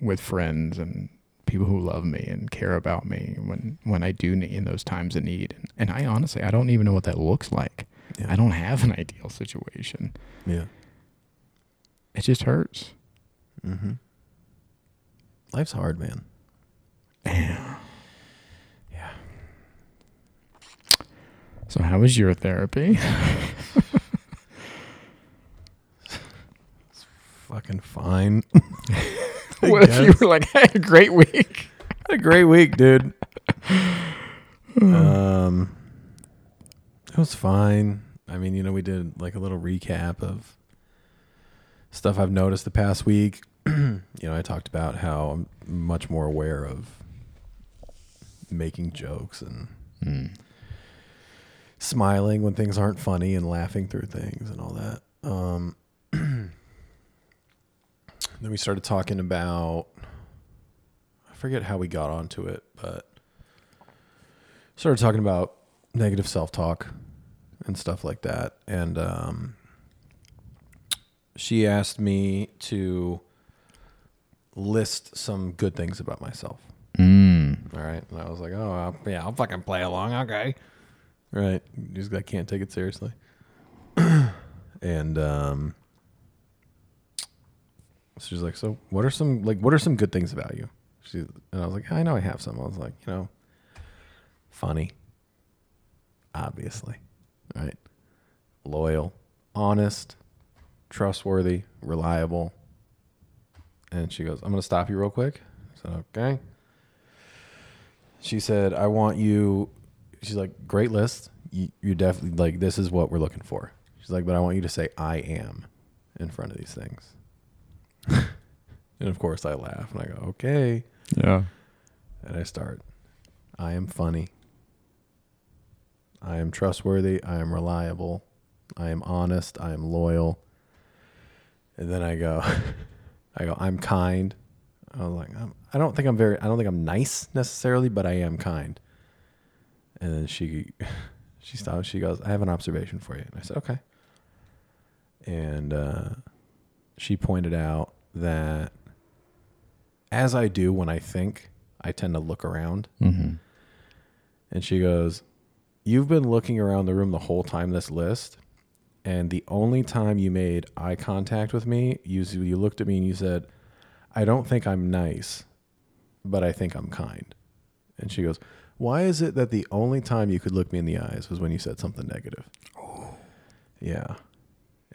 B: with friends and people who love me and care about me when when I do need in those times of need? And, and I honestly I don't even know what that looks like.
A: Yeah.
B: I don't have an ideal situation.
A: Yeah.
B: It just hurts.
A: Mm-hmm. Life's hard, man.
B: So how was your therapy?
A: Fucking fine. I
B: what if you
A: guess.
B: were like, I had a great week?
A: Had a great week, dude. um, it was fine. I mean, you know, we did like a little recap of stuff I've noticed the past week. you know, I talked about how I'm much more aware of making jokes and Hmm. smiling when things aren't funny and laughing through things and all that. Um, then we started talking about I forget how we got onto it, but started talking about negative self talk and stuff like that. And um, she asked me to list some good things about myself.
B: Mm.
A: All right. And I was like, oh, I'll- yeah, I'll fucking play along. Okay. Right. Just, I can't take it seriously. and um, so she's like, so what are some, like, what are some good things about you? She, and I was like, I know I have some. I was like, you know, funny, obviously. Right. Loyal, honest, trustworthy, reliable. And she goes, I'm going to stop you real quick. I said, okay she said, I want you. She's like, great list. You, you're definitely like, this is what we're looking for. She's like, but I want you to say, I am in front of these things. and of course, I laugh and I go, okay.
B: Yeah.
A: And I start, I am funny. I am trustworthy. I am reliable. I am honest. I am loyal. And then I go, I go, I'm kind. I was like, I'm, I don't think I'm very, I don't think I'm nice necessarily, but I am kind. And then she, she stops. She goes, I have an observation for you. And I said, okay. And uh, she pointed out that as I do when I think, I tend to look around.
B: Mm-hmm.
A: And she goes, You've been looking around the room the whole time this list. And the only time you made eye contact with me, you, you looked at me and you said, I don't think I'm nice, but I think I'm kind. And she goes, Why is it that the only time you could look me in the eyes was when you said something negative? Oh. Yeah.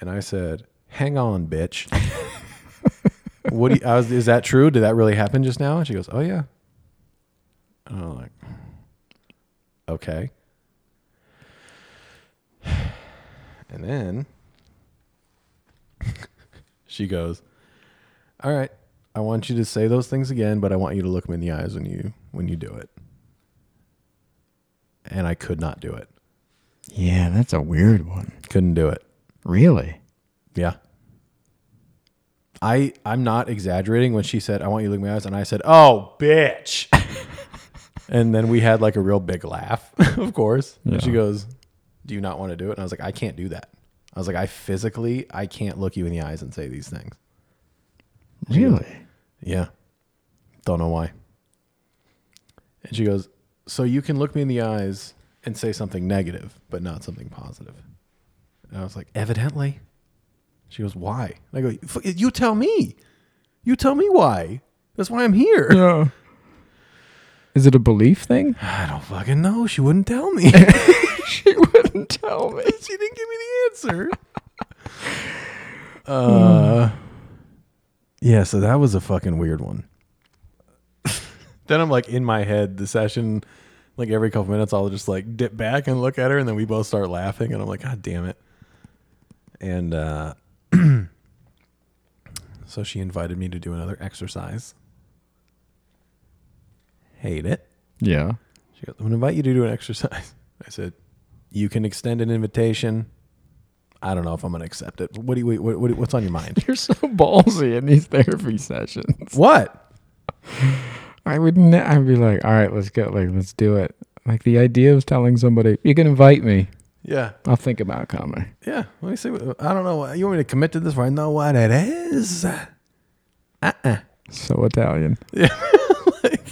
A: And I said, Hang on, bitch. what do you, I was, is that true? Did that really happen just now? And she goes, Oh, yeah. And I'm like, okay. And then she goes, "All right, I want you to say those things again, but I want you to look me in the eyes when you when you do it." And I could not do it.
B: Yeah, that's a weird one.
A: Couldn't do it.
B: Really?
A: Yeah. I I'm not exaggerating when she said, "I want you to look me in the eyes," and I said, "Oh, bitch." and then we had like a real big laugh, of course. And she
B: Yeah.
A: goes, "Do you not want to do it?" And I was like, "I can't do that. I was like, I physically, I can't look you in the eyes and say these things.
B: Really?
A: Yeah. Don't know why. And she goes, So you can look me in the eyes and say something negative, but not something positive. And I was like, Evidently. She goes, Why? And I go, "F- You tell me. You tell me why. That's why I'm here.
B: Yeah. Is it a belief thing?
A: I don't fucking know. She wouldn't tell me.
B: she wouldn't tell me.
A: she didn't give me the answer. uh, yeah, so that was a fucking weird one. then I'm like in my head, the session, like every couple minutes, I'll just like dip back and look at her, and then we both start laughing, and I'm like, God damn it. And uh, so she invited me to do another exercise. Hate it.
B: Yeah.
A: She goes, I'm going to invite you to do an exercise. I said, You can extend an invitation. I don't know if I'm going to accept it. What do you, what, what, what's on your mind?
B: You're so ballsy in these therapy sessions.
A: what?
B: I would ne- I'd be like, all right, let's go. Like, let's do it. Like the idea of telling somebody, you can invite me.
A: Yeah.
B: I'll think about coming.
A: Yeah. Let me see. What, I don't know. You want me to commit to this where I know what it is?
B: So Italian.
A: Like,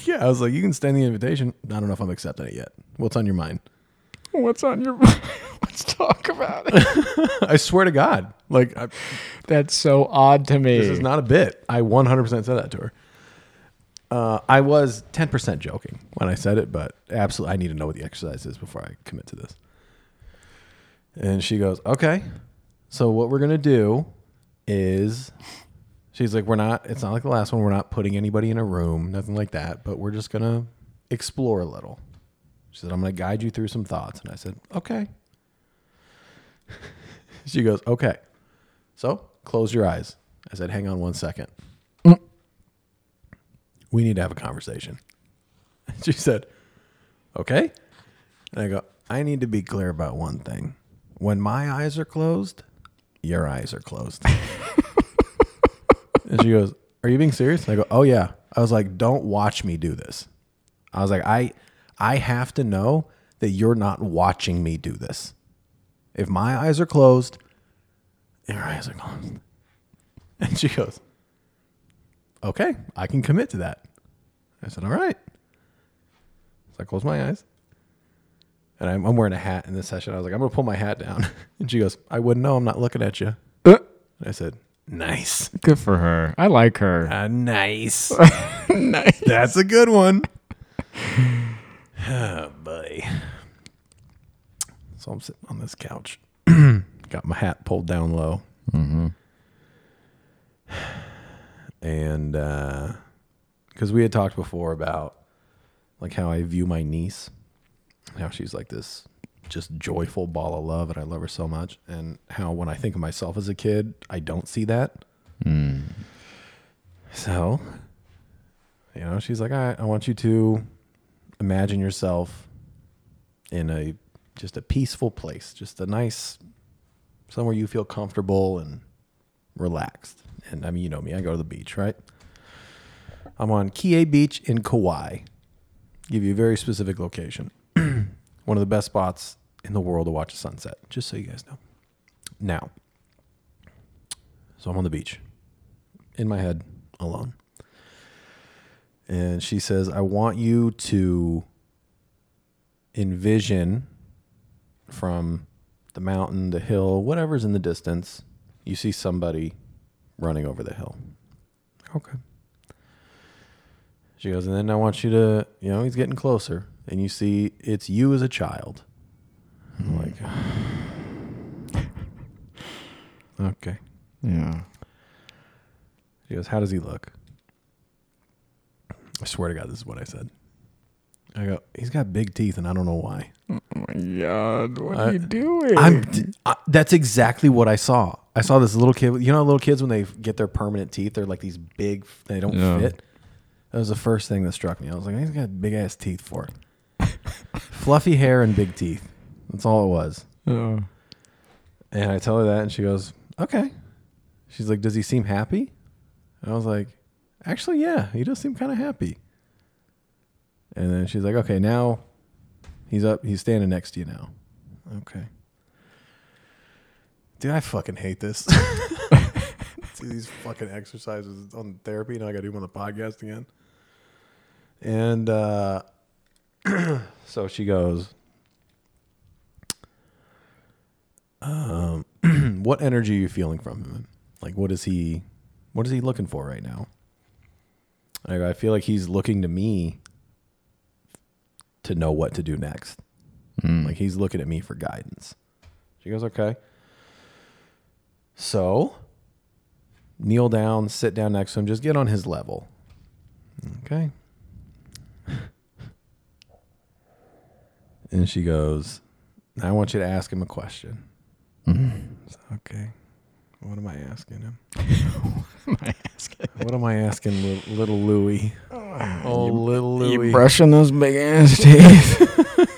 A: yeah. I was like, You can extend the invitation. I don't know if I'm accepting it yet. What's on your mind?
B: What's on your mind? Let's talk about it.
A: I swear to God. Like, I,
B: That's so odd to me.
A: this is not a bit. I 100% said that to her. Uh, I was 10% joking when I said it, but absolutely, I need to know what the exercise is before I commit to this. And she goes, Okay, so what we're going to do is, she's like, We're not, it's not like the last one. We're not putting anybody in a room, nothing like that, but we're just going to explore a little. She said, I'm going to guide you through some thoughts. And I said, Okay. she goes, Okay. So close your eyes. I said, hang on one second. We need to have a conversation. She said, okay. And I go, I need to be clear about one thing. When my eyes are closed, your eyes are closed. and she goes, Are you being serious? And I go, Oh yeah. I was like, Don't watch me do this. I was like, I I have to know that you're not watching me do this. If my eyes are closed, and her eyes are closed. And she goes, Okay, I can commit to that. I said, All right. So I close my eyes. And I'm, I'm wearing a hat in this session. I was like, I'm going to pull my hat down. And she goes, I wouldn't know. I'm not looking at you. And
B: Uh,
A: I said, Nice.
B: Good for her. I like her.
A: Uh, nice.
B: nice.
A: That's a good one. oh, boy. So I'm sitting on this couch. Got my hat pulled down low. Mm-hmm. And because we had talked before about like how I view my niece, how she's like this just joyful ball of love, and I love her so much. And how when I think of myself as a kid, I don't see that. So you know, she's like, I, I want you to imagine yourself in a just a peaceful place, just a nice somewhere you feel comfortable and relaxed. And I mean, you know me, I go to the beach, right? I'm on Kie Beach in Kauai. Give you a very specific location. One of the best spots in the world to watch a sunset, just so you guys know. Now, so I'm on the beach in my head alone and she says, I want you to envision from the mountain, the hill, whatever's in the distance, you see somebody running over the hill. Okay. She goes, and then I want you to, you know, he's getting closer, and you see it's you as a child. I'm like, okay.
B: Yeah.
A: She goes, How does he look? I swear to God, this is what I said. I go, He's got big teeth, and I don't know why.
B: Oh my God. What
A: I-
B: are you doing?
A: I'm, d- I, that's exactly what I saw. I saw this little kid. You know, little kids when they get their permanent teeth, they're like these big, they don't
B: Yeah.
A: fit. That was the first thing that struck me. I was like, He's got big ass teeth for it. Fluffy hair and big teeth. That's all it was.
B: Yeah.
A: And I tell her that, and she goes, "Okay." She's like, "Does he seem happy?" And I was like, "Actually, yeah, he does seem kind of happy." And then she's like, "Okay, now he's up. He's standing next to you now." Okay. dude, I fucking hate this. Do these fucking exercises on therapy, and I got to do them on the podcast again. And uh, so she goes, um, "What energy are you feeling from him? Like, what is he, what is he looking for right now?" And I go, "I feel like he's looking to me to know what to do next.
B: Hmm.
A: Like, he's looking at me for guidance." She goes, "Okay." So, kneel down, sit down next to him, just get on his level. Okay. And she goes, I want you to ask him a question. So, okay. What am I asking him?
B: My ass.
A: What am I asking li- little Louie? Oh, little Louie.
B: You brushing those big ass teeth?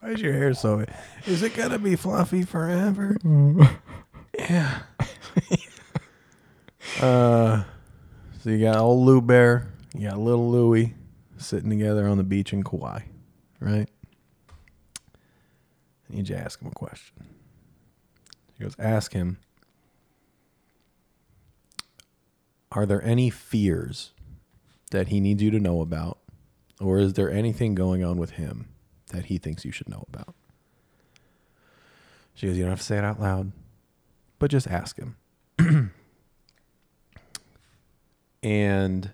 A: Why is your hair so? Is it gonna be fluffy forever? yeah. uh, so you got old Lou Bear, you got little Louie sitting together on the beach in Kauai, right? I need you to ask him a question. He goes, ask him. Are there any fears that he needs you to know about? Or is there anything going on with him that he thinks you should know about? She goes, You don't have to say it out loud, but just ask him. and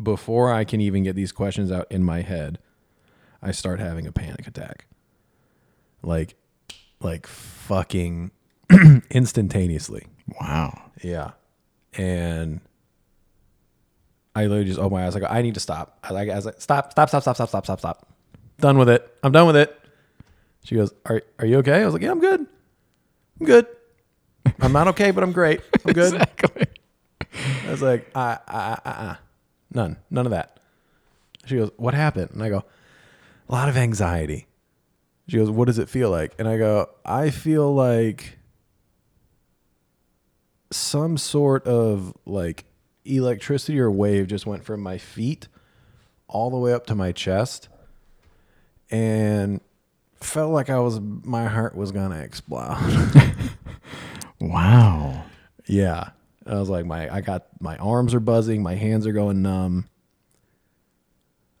A: before I can even get these questions out in my head, I start having a panic attack. Like, like fucking instantaneously.
B: wow.
A: Yeah. And I literally just opened my eyes. I go, I need to stop. I like, I was like, stop, stop, stop, stop, stop, stop, stop, stop. Done with it. I'm done with it. She goes, are, are you okay? I was like, yeah, I'm good. I'm good. I'm not okay, but I'm great. I'm good.
B: Exactly.
A: I was like, uh, uh, uh, uh, none, none of that. She goes, what happened? And I go, a lot of anxiety. She goes, what does it feel like? And I go, I feel like some sort of like electricity or wave just went from my feet all the way up to my chest and felt like I was, my heart was going to explode.
B: Wow.
A: Yeah. And I was like, my I got my arms are buzzing, my hands are going numb.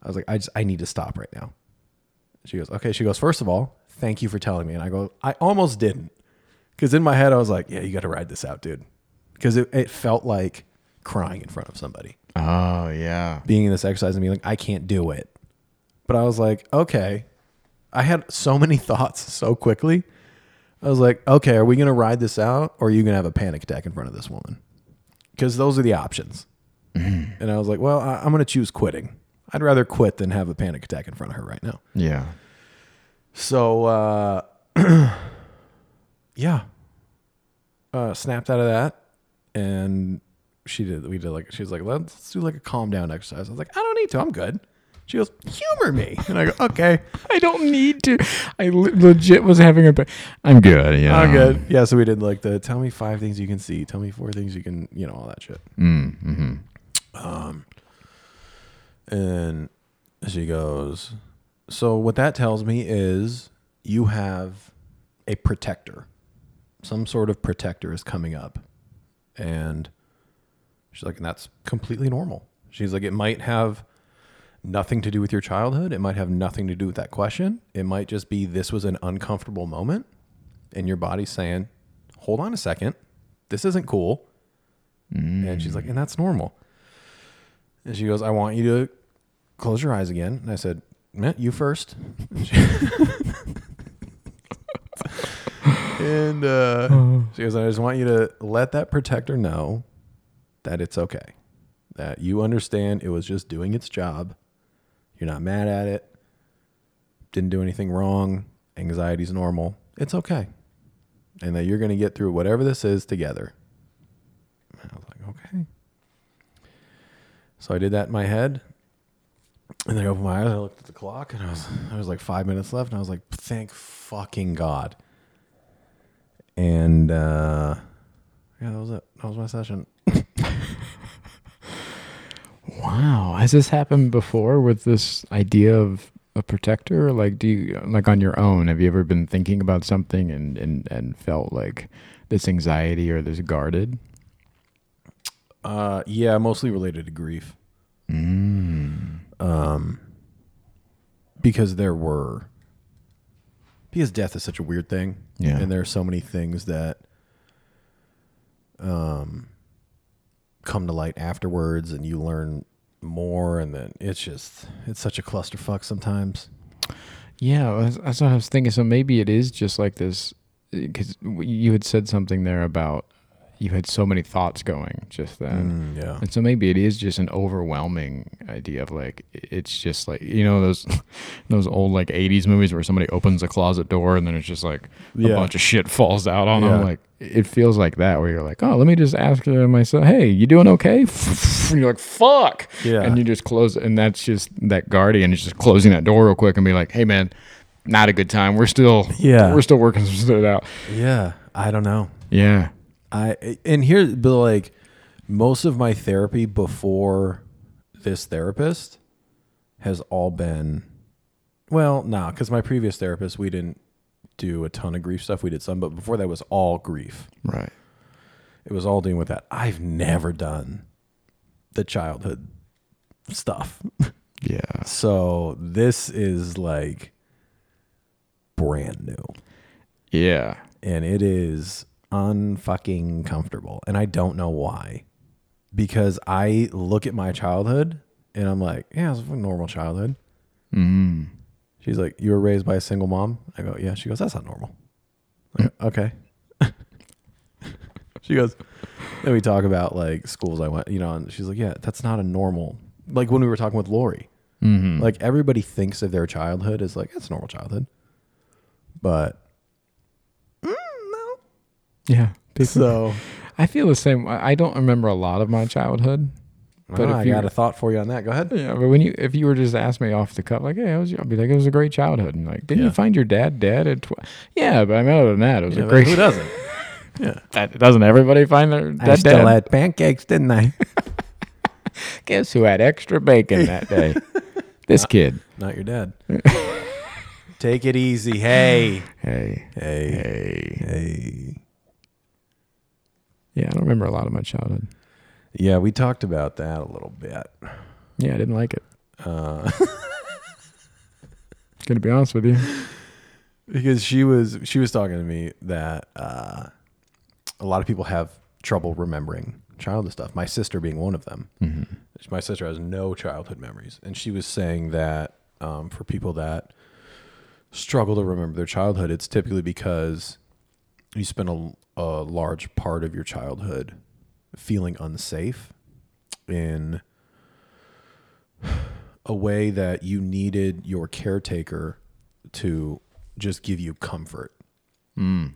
A: I was like, I just I need to stop right now. She goes, okay. She goes, first of all, thank you for telling me. And I go, I almost didn't. Cause in my head I was like, yeah, you gotta ride this out, dude. Cause it, it felt like crying in front of somebody.
B: Oh yeah.
A: Being in this exercise and being like, I can't do it. But I was like, okay. I had so many thoughts so quickly. I was like, okay, are we going to ride this out or are you going to have a panic attack in front of this woman? Because those are the options. and I was like, well, I, I'm going to choose quitting. I'd rather quit than have a panic attack in front of her right now.
B: Yeah.
A: So, uh, yeah, uh, snapped out of that, and she did. We did like she was like, let's, let's do like a calm down exercise. I was like, I don't need to. I'm good. She goes, humor me, and I go, okay,
B: I don't need to. I le- legit was having a. pa- I'm good. Yeah.
A: I'm good. Yeah. So we did like the tell me five things you can see, tell me four things you can, you know, all that shit.
B: Mm, hmm
A: And she goes, So what that tells me is you have a protector. Some sort of protector is coming up. And she's like, And that's completely normal. She's like, It might have nothing to do with your childhood. It might have nothing to do with that question. It might just be this was an uncomfortable moment. And your body's saying, Hold on a second. This isn't cool.
B: Hmm.
A: And she's like, And that's normal. And she goes, I want you to close your eyes again. And I said, "Matt, you first. and uh, she goes, I just want you to let that protector know that it's okay, that you understand it was just doing its job. You're not mad at it, didn't do anything wrong. Anxiety's normal. It's okay. And that you're going to get through whatever this is together. And I was like, okay. So I did that in my head. And then I opened my eyes, I looked at the clock, and I was I was like five minutes left, and I was like, thank fucking God. And uh yeah, that was it. That was my session.
B: Wow. Has this happened before with this idea of a protector? Like, do you like on your own? Have you ever been thinking about something and and and felt like this anxiety or this guarded?
A: Uh, yeah, mostly related to grief. Um, because there were, because death is such a weird thing.
B: Yeah.
A: And there are so many things that, um, come to light afterwards and you learn more. And then it's just, it's such a clusterfuck sometimes.
B: Yeah, that's, that's what I was thinking. So maybe it is just like this, because you had said something there about you had so many thoughts going just then.
A: yeah.
B: And so maybe it is just an overwhelming idea of like it's just like you know those those old like '80s movies where somebody opens a closet door and then it's just like
A: Yeah.
B: a bunch of shit falls out on
A: Yeah.
B: them. Like it feels like that where you're like, oh, let me just ask uh, myself, hey, you doing okay? And you're like, fuck.
A: Yeah.
B: And you just close, and that's just that guardian is just closing that door real quick and be like, hey, man, not a good time. We're still
A: Yeah.
B: we're still working some shit out.
A: Yeah. I don't know.
B: Yeah.
A: I and here, but like most of my therapy before this therapist has all been well, nah, because my previous therapist we didn't do a ton of grief stuff. We did some, but before that was all grief.
B: Right.
A: It was all dealing with that. I've never done the childhood stuff,
B: Yeah.
A: so this is like brand new,
B: Yeah.
A: and it is unfucking comfortable, and I don't know why. because I look at my childhood and I'm like, yeah, it's a normal childhood.
B: Mm.
A: She's like, you were raised by a single mom. I go, yeah. She goes, that's not normal. I go, okay. she goes, then we talk about like schools I went, you know, and she's like, yeah, that's not a normal. Like when we were talking with Lori,
B: Mm-hmm.
A: like everybody thinks of their childhood as like that's normal childhood, but mm, no.
B: Yeah. People-
A: So
B: I feel the same. I I don't remember a lot of my childhood. But
A: but
B: if
A: I
B: you-
A: got a thought for you on that. Go ahead.
B: Yeah, but when you if you were just asked me off the cuff, like, hey, I was, I'd be like, it was a great childhood. And like, didn't
A: Yeah.
B: you find your dad dead at twelve? Yeah, but I mean, other than that, it was
A: Yeah,
B: a
A: but
B: great.
A: Who doesn't?
B: That, doesn't everybody find their
A: I
B: dad
A: still
B: dead?
A: had pancakes, didn't I?
B: Guess who had extra bacon that day? this kid.
A: Not your dad. Take it easy. Hey.
B: Hey,
A: Hey.
B: hey.
A: Hey.
B: Yeah, I don't remember a lot of my childhood.
A: Yeah, we talked about that a little bit.
B: Yeah, I didn't like it. Uh. Gonna be honest with you.
A: Because she was she was talking to me that uh, a lot of people have trouble remembering childhood stuff. My sister being one of them. My sister has no childhood memories, and she was saying that um, for people that struggle to remember their childhood, it's typically because you spend a, a large part of your childhood feeling unsafe in a way that you needed your caretaker to just give you comfort.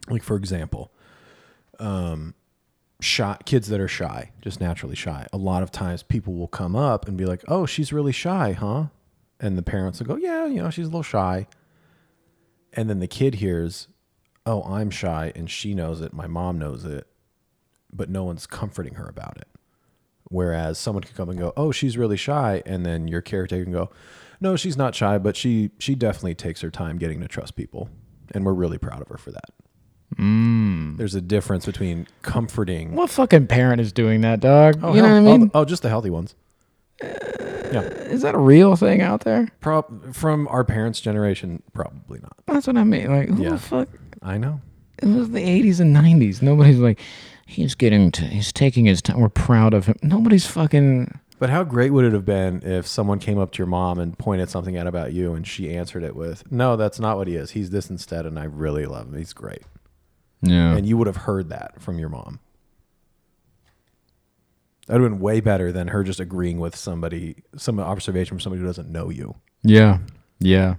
A: Like, for example, um, shy kids that are shy, just naturally shy. A lot of times people will come up and be like, "Oh, she's really shy, huh?" And the parents will go, "Yeah, you know, she's a little shy." And then the kid hears, "Oh, I'm shy and she knows it, my mom knows it, but no one's comforting her about it." Whereas someone could come and go, "Oh, she's really shy," and then your caretaker can go, "No, she's not shy, but she she definitely takes her time getting to trust people, and we're really proud of her for that." There's a difference between comforting
B: What fucking parent is doing that, dog?
A: Oh,
B: you know what I
A: hell-
B: mean?
A: Oh, oh, just the healthy ones. yeah.
B: oh, Is that a real thing out there?
A: Prob- from our parents' generation, probably not.
B: That's what I mean. Like, who
A: Yeah.
B: the fuck?
A: I know.
B: It was the 80s and 90s. Nobody's like, he's getting, to, he's taking his time. We're proud of him. Nobody's fucking.
A: But how great would it have been if someone came up to your mom and pointed something out about you and she answered it with, No, that's not what he is. He's this instead, and I really love him. He's great.
B: Yeah.
A: And you would have heard that from your mom. That would have been way better than her just agreeing with somebody, some observation from somebody who doesn't know you.
B: Yeah. Yeah.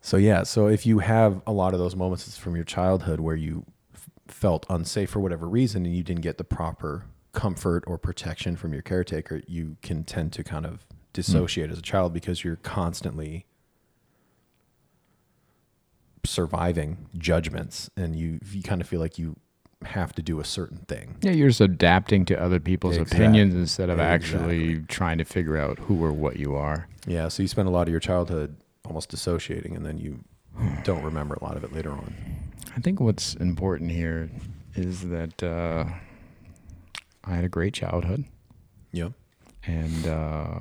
A: So yeah, so if you have a lot of those moments from your childhood where you f- felt unsafe for whatever reason and you didn't get the proper comfort or protection from your caretaker, you can tend to kind of dissociate as a child because you're constantly surviving judgments and you you kind of feel like you have to do a certain thing.
B: Yeah, you're just adapting to other people's
A: Exactly.
B: opinions instead of actually trying to figure out who or what you are.
A: Yeah, so you spend a lot of your childhood almost dissociating, and then you don't remember a lot of it later on.
B: I think what's important here is that uh, I had a great childhood,
A: Yep.
B: and uh,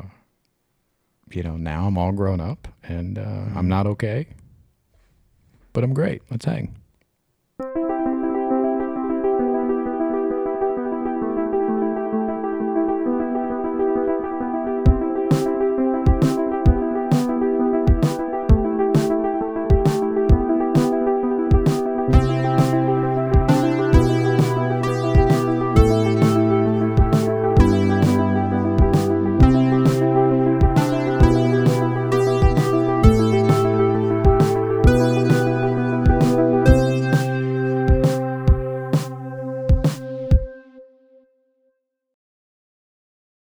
B: you know Mm-hmm. now I'm all grown up, and uh, I'm not okay, but I'm great. Let's hang.